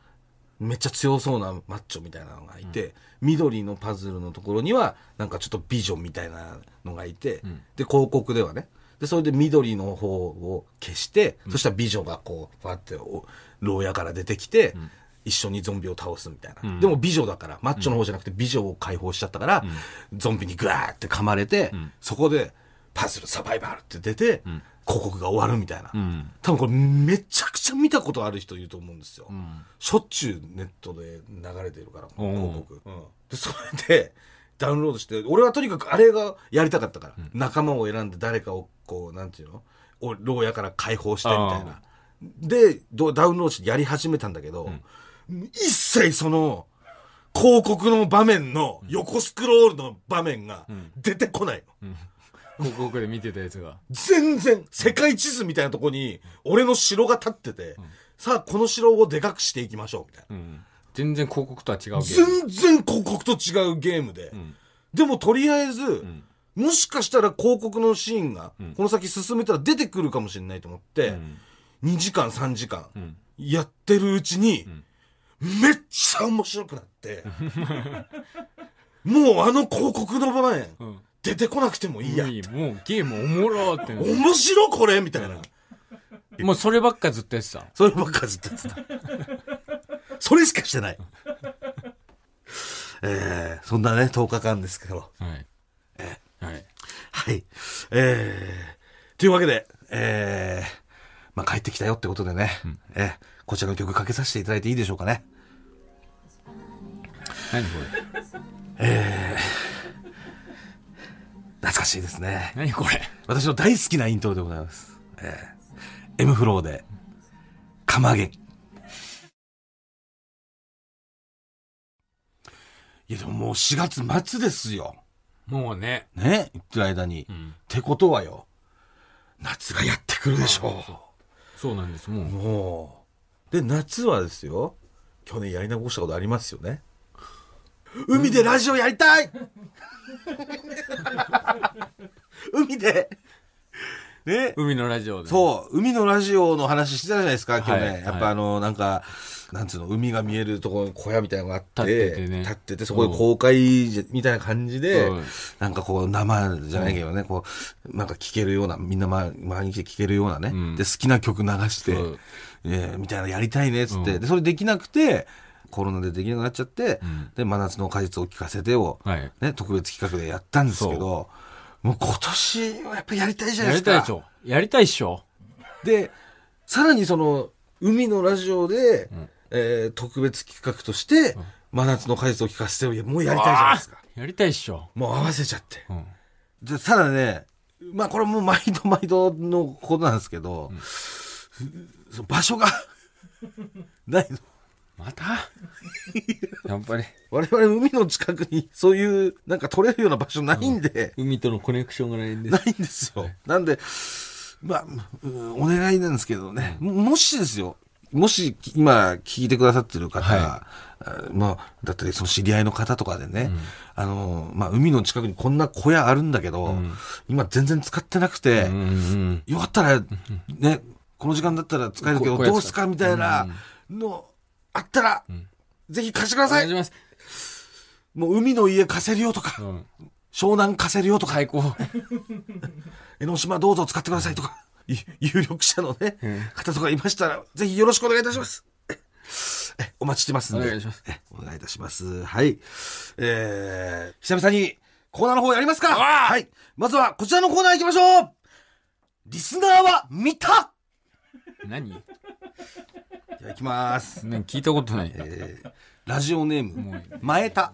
めっちゃ強そうなマッチョみたいなのがいて、緑のパズルのところにはなんかちょっとビジョンみたいなのがいて、で広告ではねでそれで緑の方を消して、そしたらビジョンがこうファってお牢屋から出てきて、一緒にゾンビを倒すみたいな、でも美女だからマッチョの方じゃなくて美女を解放しちゃったから、ゾンビにグワーって噛まれて、そこでパズルサバイバルって出て、広告が終わるみたいな、多分これめちゃくちゃ見たことある人いると思うんですよ、しょっちゅうネットで流れてるから広告、うんでそれでダウンロードして俺はとにかくあれがやりたかったから、仲間を選んで誰かをこうなんていうのお牢屋から解放してみたいなでどダウンロードしてやり始めたんだけど、一切その広告の場面の横スクロールの場面が出てこないの、
広告で見てたやつが。
全然、世界地図みたいなとこに、俺の城が立ってて、さあ、この城をでかくしていきましょう、みたいな。
全然広告とは違うけど。
全然広告と違うゲームで。でも、とりあえず、もしかしたら広告のシーンが、この先進めたら出てくるかもしれないと思って、2時間、3時間、やってるうちに、めっちゃ面白くなって、もうあの広告の場面、
ん
出てこなくてもいいや。
いいもうゲームおもろーってなる。
面白これみたいな。
もうそればっかずっとやってた。
そればっかずっとやってた。それしかしてない。えー、そんなね、10日間ですけど。
はい。はい。
はい。えー、というわけで、えー、まあ、帰ってきたよってことでね、えーこちらの曲かけさせていただいていいでしょうかね。
何これ
懐かしいですね。
何これ
私の大好きなイントロでございます。えー、M フローで、かまげん。いや、でももう4月末ですよ。
もうね。
ね、言ってる間に。ってことはよ、夏がやってくるでしょ
そうなんです。もう
う。。もう。で、夏はですよ、去年やり残したことありますよね。海でラジオやりた い海で。ね。
海のラジオで。
そう、海のラジオの話してたじゃないですか、去年。
はい
やっぱあの、なんか、なんつうの、海が見えるところに小屋みたいなのがあって、
立っててね
立っててそこで公開じみたいな感じで、
うん
なんかこう、生じゃないけどね、こう、なんか聞けるような、みんな周り周りに来て聞けるようなね、
ん
で、好きな曲流して、
そう
えーみたいなのやりたいね、つって、
うん
で、それできなくて、コロナでできなくなっちゃって、
ん
で、真夏の果実を聞かせてを、
はい。
ね、特別企画でやったんですけど、もう今年はやっぱやりたいじゃな
や
いで
り
すか。
たいでしょ。やりたいっしょ。
で、さらにその、海のラジオで、えー特別企画として、真夏の果実を聞かせてよ、もうやりたいじゃないですか。
やりたいっしょ。
もう合わせちゃって。
うん。
で、ただね、まあこれもう毎度毎度の ことなんですけど、その場所が、ないの。
また やっぱり、
我々海の近くにそういうなんか取れるような場所ないんで、
海とのコネクションがないんで
な
す。
いんですよ。なんで、まあ、うんお願いなんですけどね、ももしですよ、もし今聞いてくださってる方、
は
あまあ、だったりその知り合いの方とかでね、あの、まあ、海の近くにこんな小屋あるんだけど、今全然使ってなくて、
うんうん。
よかったら、ね、この時間だったら使えるけど、
ここやつ
どうすかみたいなの、あったら、ぜひ貸してくだ
お
さ
願いし
い
ます。
もう海の家貸せるよとか、
ん
湘南貸せるよとか
最、高。
江ノ島どうぞ使ってくださいとか、い 有力者のね、方とかいましたら、ぜひよろしくお願いいたします。えお待ちしてますんで。
お願いします
え。お願いいたします。はい。えー、久々にコーナーの方やりますか
わあ
はい。まずはこちらのコーナー行きましょうリスナーは見た
何
じゃあ行きます。
ね聞いたことない。
えーラジオネーム、前田。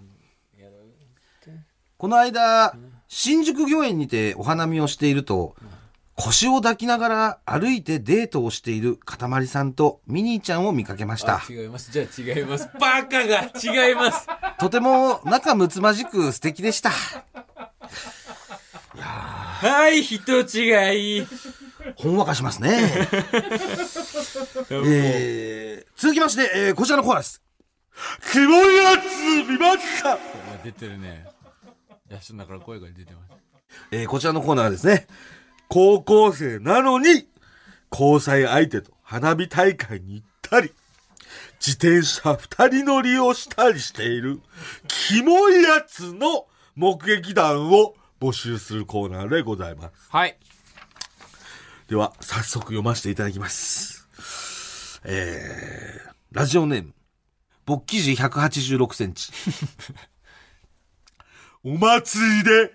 この間、新宿御苑にてお花見をしていると、腰を抱きながら歩いてデートをしているかたまりさんとミニーちゃんを見かけました。
違います。じゃあ違います。バカが違います。
とても仲睦まじく素敵でした。
はい、人違い。
ほんわかしますね。えー続きまして、えーこちらのコーナーです。雲やつ見ますか
出てるね。いや、そんだから声が出てます。
えーこちらのコーナーはですね、高校生なのに、交際相手と花火大会に行ったり、自転車二人乗りをしたりしている、キモいやつの目撃談を募集するコーナーでございます。
はい。
では、早速読ませていただきます。えー、ラジオネーム、勃起時186センチ。お祭りで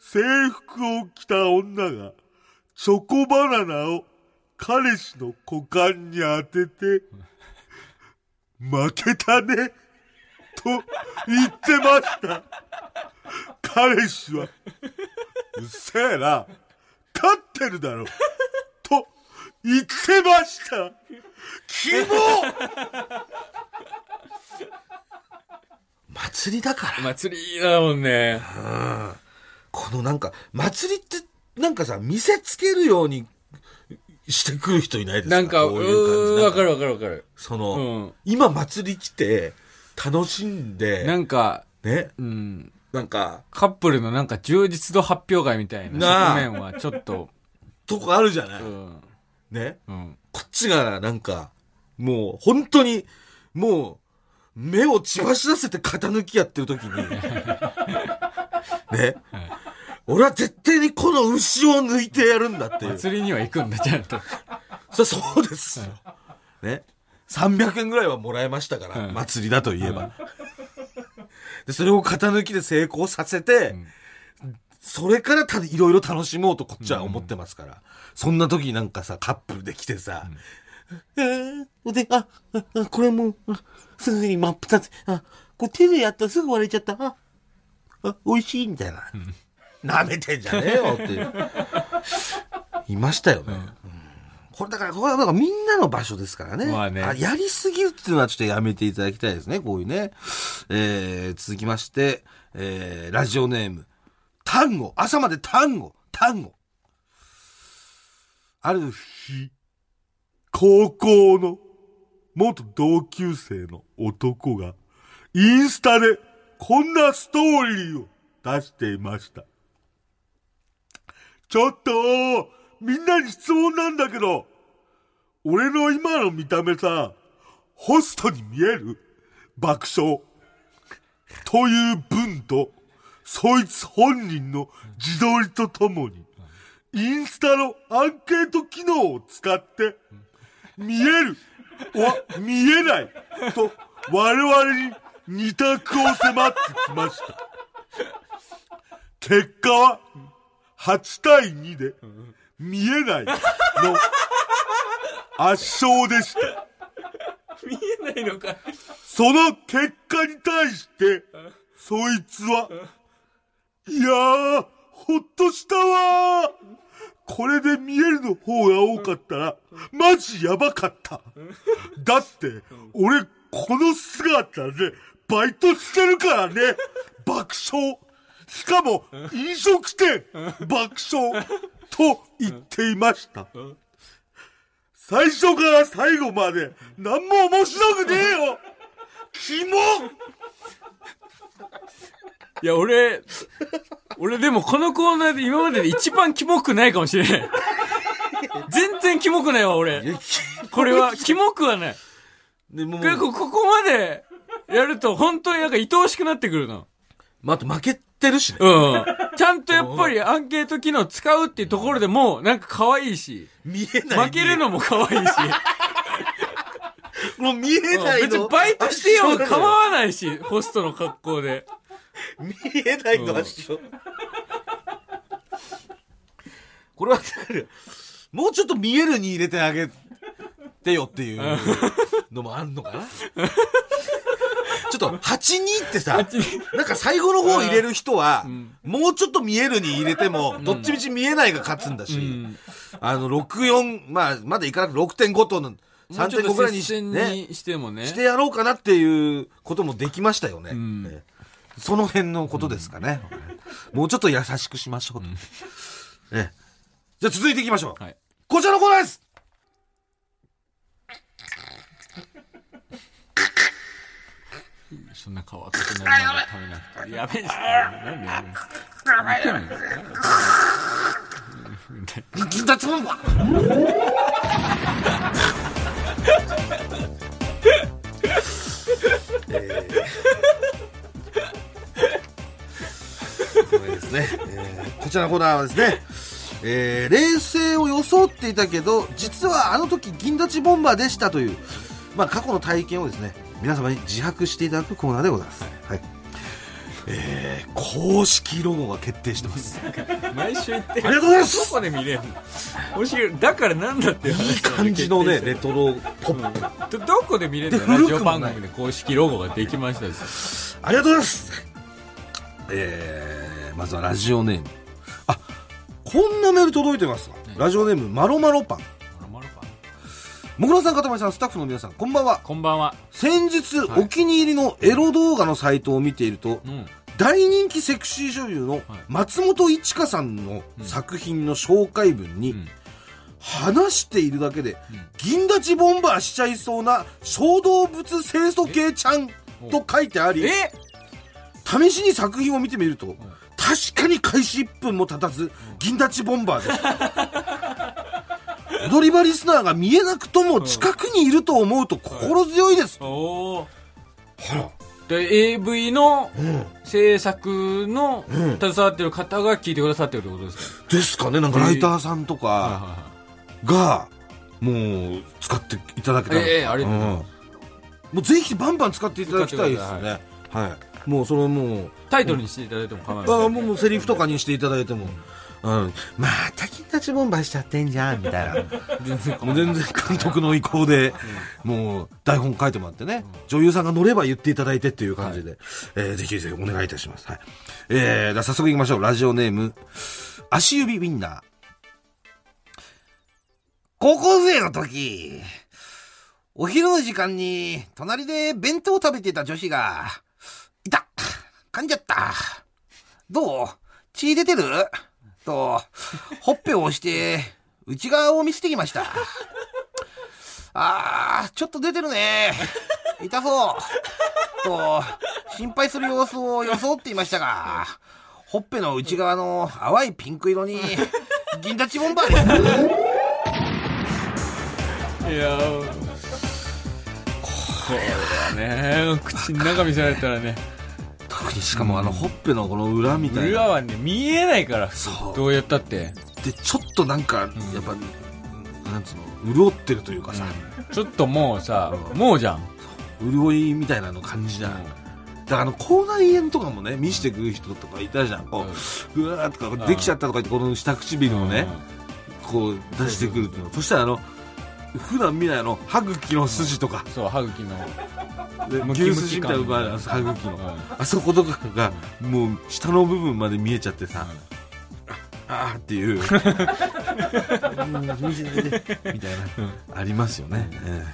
制服を着た女がチョコバナナを彼氏の股間に当てて、負けたね、と言ってました。彼氏は、うっせえな、立ってるだろ、と言ってました。キモ祭りだから。
祭りだもんね。
このなんか、祭りって、なんかさ、見せつけるようにしてくる人いないですか
なんか、
こ
う
う
ー、
いうん感
わ
じ。
かるわかるわかる。
その、
うん
今祭り来て、楽しんで、
なんか、
ね、
うん、
なんか、
カップルのなんか充実度発表会みたい
なあ
な側面はちょっと、
とこあるじゃない、
うん、
ね。
うん。
こっちがなんか、もう、本当に、もう、目を血走らせて型抜きやってる時に、 ね。俺は絶対にこの牛を抜いてやるんだっていう。
祭りには行くんだ、ちゃんと。
そそうですよ。ね。300円ぐらいはもらえましたから、
うん
祭りだといえば。で、それを型抜きで成功させて、それからたいろいろ楽しもうとこっちは思ってますから。そんな時になんかさ、カップルで来てさ、えー、おで、あ、ああこれもう、あすぐに真っ二つ、あ、これ手でやったらすぐ割れちゃった、あ、あ、美味しいみたいな。舐めてんじゃねえよっていう。いましたよね。これだから、これはなんかみんなの場所ですからね。
まあね
やりすぎるっていうのはちょっとやめていただきたいですね、こういうね。えー、続きまして、えー、ラジオネーム。単語朝まで単語単語ある日、高校の元同級生の男が、インスタでこんなストーリーを出していました。ちょっと、みんなに質問なんだけど、俺の今の見た目さ、ホストに見える爆笑。という文と、そいつ本人の自撮りとともに、インスタのアンケート機能を使って、見える、お、見えない、と、我々に二択を迫ってきました。結果は、8対2で、見えないの圧勝でした。
見えないのか。
その結果に対して、そいつは、いやー、ほっとしたわー。これで見えるの方が多かったら、マジやばかった。だって、俺、
この姿で、バイトしてるからね、爆笑。しかも、飲食店、爆笑、と言っていました。最初から最後まで、何も面白くねえよキモ
いや、俺、俺でもこのコーナーで今までで一番キモくないかもしれ ない。全然キモくないわ、俺。これは、キモくはない。
でもう
結構ここまでやると本当になんか愛おしくなってくるな。
まあ、あと負けてるしね。
うん。ちゃんとやっぱりアンケート機能使うっていうところでもうなんか可愛いし、
見えない。
負けるのも可愛い し、
もう見えないの。
別にバイトしてよ
圧
う
勝
構わないし、ホストの格好 で。
なのよ見えないの圧勝。
これはだから、もうちょっと見えるに入れてあげてよっていうのもあんのかなちょっと、82ってさ、なんか最後の方入れる人は、もうちょっと見えるに入れても、どっちみち見えないが勝つんだし、あの、64、まあ、まだいかなく6.5との3.5ぐらいにし
接戦
ね
にしてもね。
してやろうかなっていうこともできましたよね。ええその辺のことですかね。もうちょっと優しくしましょうと。ええじゃあ続いていきましょう。
はい
こちらのコーナーです
そんな顔赤くなるまで食べなくて。やべえなんでやべえ
これですね、えーこちらのコーナーはですね、えー冷静を装っていたけど実はあの時銀立ちボンバーでしたという、まあ、過去の体験をですね皆様に自白していただくコーナーでございます、はいえー公式ロゴが決定してますあ
毎週言って
りがとうございます
どこで見れるの もしだからなんだっていう話
いい感じのねレトロポップ
どどこで見れるの
で
ラ
古
ジ
く
オ
もない
番組で公式ロゴができましたです
ありがとうございますえーまずはラジオネームあこんなメール届いてますわラジオネームマロマロパンもぐらさん、かたまりさん、スタッフの皆さん、こんばんは。
こんばんは
先日、お気に入りのエロ動画のサイトを見ていると、
うん
大人気セクシー女優の松本一香さんの作品の紹介文に、
ん
話しているだけで、銀立ちボンバーしちゃいそうな小動物清楚系ちゃんと書いてあり、
え
試しに作品を見てみると、確かに開始1分も経たず、銀立ちボンバーでした。 踊り場リスナーが見えなくとも近くにいると思うと心強いです。
おお
ほら
で AV の制作の携わってる方が聞いてくださってるってことですか、
ですかね、なんかライターさんとか
は
が、もう使っていただけ
いはいは
たら、
いええあり
う
が
ん
とうございます、
もうぜひバンバン使っていただきたいですね。はい。もうそれもう、
タイトルにしていただいても構わない、
ああもうもうセリフとかにしていただいても、うん、また金立ちボンバイしちゃってんじゃんみたいなもう全然監督の意向で、もう台本書いてもらってね、女優さんが乗れば言っていただいてっていう感じで、えーぜひぜひお願いいたします、はいえー、では早速いきましょうラジオネーム足指ウィンナー高校生の時お昼の時間に隣で弁当を食べていた女子がいた噛んじゃったどう血出てると、ほっぺを押して、内側を見せてきました。あー、ちょっと出てるね。痛そう。と、心配する様子を装っていましたが、ほっぺの内側の淡いピンク色に、銀立ちボンバーで
い
す。
やーこれはね口の中見せられたらね
特にしかもあの、ほっぺのこの裏みたい
裏
な。
はね見えないから
そう
どうやったって
で、ちょっとなんか、やっぱ、なんつうの、潤ってるというかさ、
ちょっともうさもうじゃん
潤いみたいなの感じじゃん。だからあの口内炎とかもね見してくる人とかいたじゃんこう,、うわーとかこうできちゃったとか言ってこの下唇をね、こう出してくるっていうのそしたらあの普段見ないあの歯茎の筋とか、
そう歯茎の
で
ムキ
牛
ムキ感
筋みたいなのがあるあの歯茎の、
うん
あそことかがもう下の部分まで見えちゃってさ、ああーっていう みたいな、ありますよね、え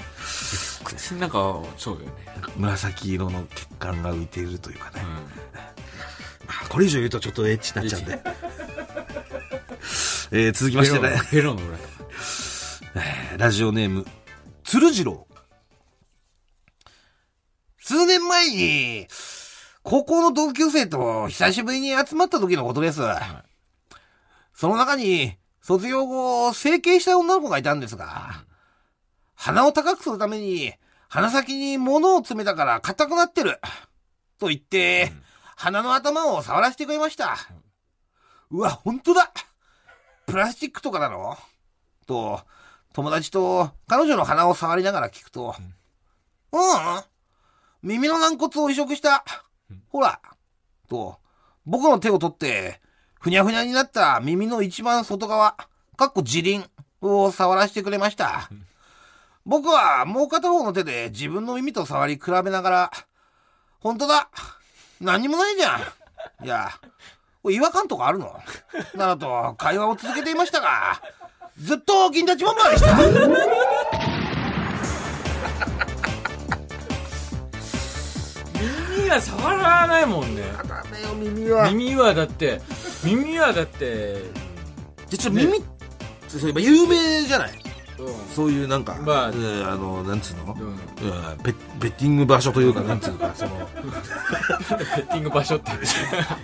口の中はそうだよね。
え紫色の血管が浮いているというかね、あこれ以上言うとちょっとエッチになっちゃうんで、えー続きましてね
ヘロの裏。
ラジオネーム、鶴次郎。数年前に、高校の同級生と久しぶりに集まった時のことです。その中に、卒業後、整形した女の子がいたんですが、鼻を高くするために、鼻先に物を詰めたから硬くなってる。と言って、鼻の頭を触らせてくれました。うわ、本当だプラスチックとかなのと、友達と彼女の鼻を触りながら聞くと、うん、耳の軟骨を移植した。ほら、と、僕の手を取って、ふにゃふにゃになった耳の一番外側、かっこ自輪を触らせてくれました。僕はもう片方の手で自分の耳と触り比べながら、本当だ何にもないじゃんいや、違和感とかあるのなどと会話を続けていましたが、ずっと銀立ちボンバーでした。
耳は触らないもんね。
耳は。
耳はだって、耳はだって、
じゃ、ちょっと耳、そういえば有名じゃない
うん
そういうなんか、
まあ
えーあの、なんつうの、
うん
うんベベッティング場所というか、なんつう か、その、
セッティング場所って。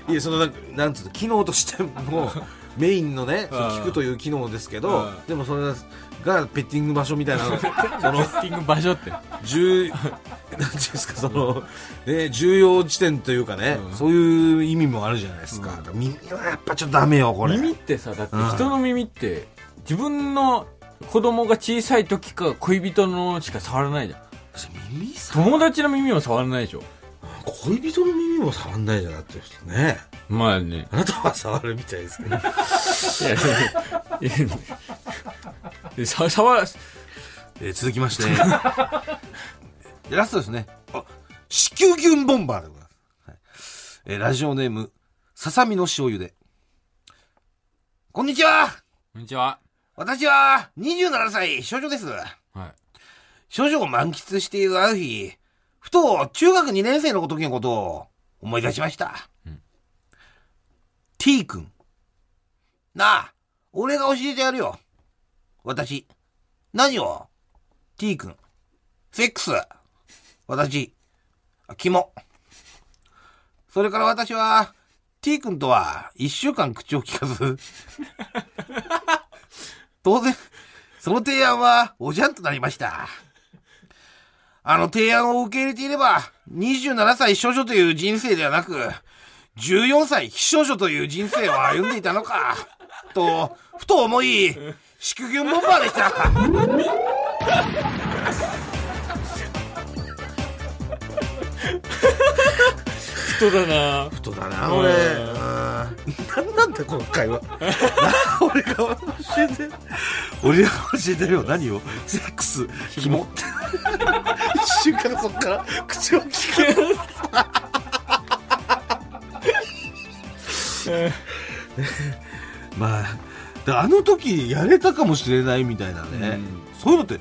いや、そのなんか、なんつうの、機能として も、メインのね、その聞くという機能ですけど
うん、
でもそれがベッティング場所み たいなの、その、
セッティング場所って。
重、なんていうんですか、その、ね、重要地点というかね、そういう意味もあるじゃないですか。耳はやっぱちょっとダメよ、これ。
耳ってさ、だって
うん
人の耳って、自分の子供が小さい時か恋人のしか触らないじゃん。
耳さ、
友達の耳も触らないでしょ。
恋人の耳も触んないじゃん、だってね。
まあね。
あなたは触るみたいですけど。
いやいやいやさ触ら、
えー続きま してラストですねあ子宮ギュンボンバーでございます、はいえーラジオネームささみの塩ゆでこんにちは
こんにちは。
私は27歳少女です
は
少女を満喫しているある日ふと中学2年生の時のことを思い出しました、T 君なあ俺が教えてやるよ私何を ?T 君。セックス。私。肝。それから私は、T 君とは一週間口を聞かず。当然、その提案はおじゃんとなりました。あの提案を受け入れていれば、27歳少女という人生ではなく、14歳非少女という人生を歩んでいたのか、 と、ふと思い、祝言ボンバーでした。
人だな
人だな俺何なんだこの会話俺が教えて俺が教えてるよ何をセックス肝って一週間そっから口を聞けるまあであの時やれたかもしれないみたいなね、そういうのって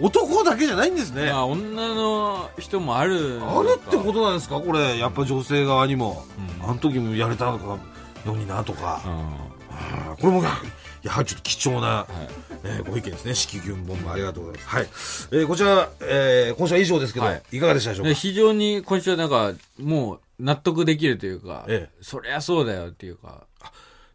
男だけじゃないんですね
まあ、女の人もあるのか。
あるってことなんですかこれやっぱ女性側にも、あの時もやれたのかのになと
う
か、
ん。
あーこれもややはりちょっと貴重な、えーご意見ですね子宮本もありがとうございます、はいえーこちら、えー今週は以上ですけど、
はい
い、かがでしたでしょう
で
か
非常に今週はなんか、もう納得できるというか、
ええ
そりゃそうだよっていう か、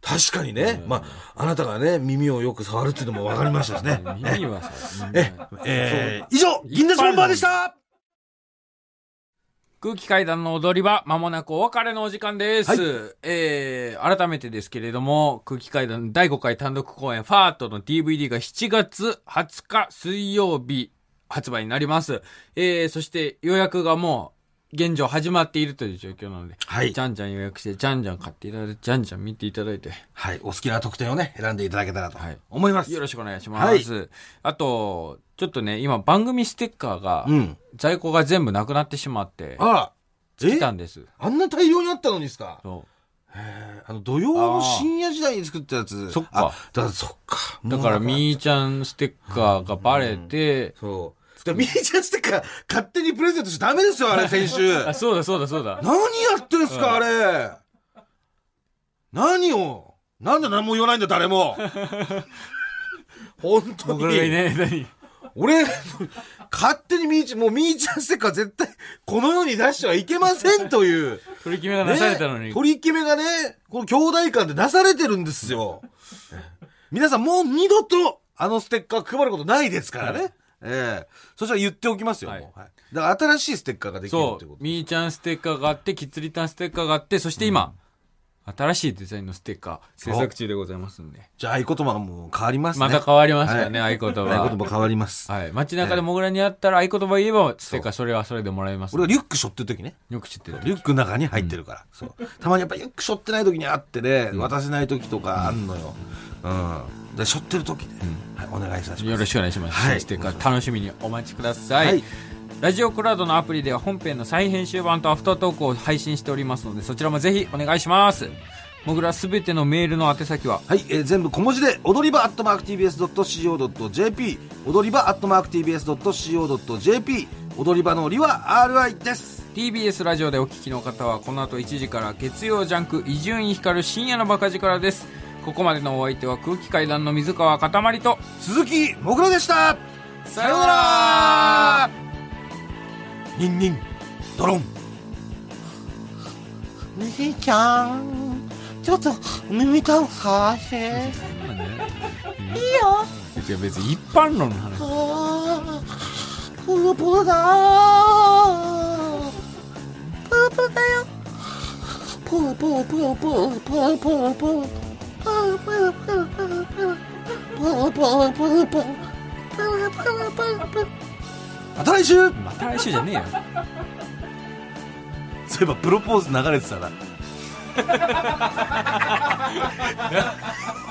確かにね、まあ、あなたがね耳をよく触るっていうのも分かりましたしね
耳はさ、
ええー以上銀座ボンバーでした
空気階段の踊り場、まもなくお別れのお時間です。えー、改めてですけれども、空気階段第5回単独公演、ファートの DVD が7月20日水曜日発売になります。えー、そして予約がもう、現状始まっているという状況なので、
はい
じゃんじゃん予約して、じゃんじゃん買っていただいて、じゃんじゃん見ていただいて、
はいお好きな特典をね選んでいただけたらと
はい
思います、
よろしくお願いします。あと、ちょっとね、今番組ステッカーが、
うん
在庫が全部なくなってしまって、
あら
来た
え
んです。
あんな大量にあったのにですか
そう
あの土曜の深夜時代に作ったやつ。
そっか
あだからそっか。
だから、
もう
みーちゃんステッカーがバレて、
そう。だからみーちゃんステッカー勝手にプレゼントしちゃダメですよ、あれ、先 週。
あ、そうだそうだそうだ。
何やってんすか、あれ。何を。なんで何も言わないんだ、誰も。本当
僕らがい
に。
ない間に。
俺、勝手にみーちゃん、もうみーちゃんステッカー絶対、この世に出してはいけませんという。
取り決めがなされたの
ね
に。
取り決めがね、この兄弟間でなされてるんですよ。皆さんもう二度とあのステッカー配ることないですからね。ええそしたら言っておきますよ、
はい
もうはいだから新しいステッカーができるっ
そ
てこ
う
と。。
みーちゃんステッカーがあって、キッズリターンステッカーがあって、そして今、新しいデザインのステッカー、制作中でございますんで。
じゃあ合言葉がもう変わりますね。
また変わりますよね、
は
合言葉。
合言葉変わります。
はい。街中でモグラにあったら合言葉言えば、ステッカーそれはそれでもらえますん
俺
で。
がリュック背負ってる時ね。
よく知ってる。
リュックの中に入ってるから。そう。たまにやっぱリュック背負ってない時にあってね、渡せない時とかあんのよ。うん。で、背負ってる時ね。はい、お願いいたします。
よろしくお願いします。
はい
ステッカー楽しみにお待ちください。
はい
ラジオクラウドのアプリでは本編の再編集版とアフタートークを配信しておりますので、そちらもぜひお願いします。もぐらすべてのメールの宛先は、
はい、えー全部小文字で踊り場 atmarktbs.co.jp 踊り場 atmarktbs.co.jp 踊り場のりは RI です
TBS ラジオでお聞きの方は、この後1時から月曜ジャンク伊集院光る深夜のバカ力です。ここまでのお相手は空気階段の水川かたまりと、
鈴木もぐらでした
さようなら
ニンニンドロン
兄ちゃん、ちょっと耳たぶ貸して。いいよ。
いや別に一般論の話。
あープルプルだ。プルプルだよ。プルプルプルプルプルプルプル。プルプルプルプルプル。プルプルプルプル。プルプルプルプル。
また来週
また来週じゃねえよ。
そういえばプロポーズ流れてたな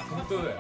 本当だよ。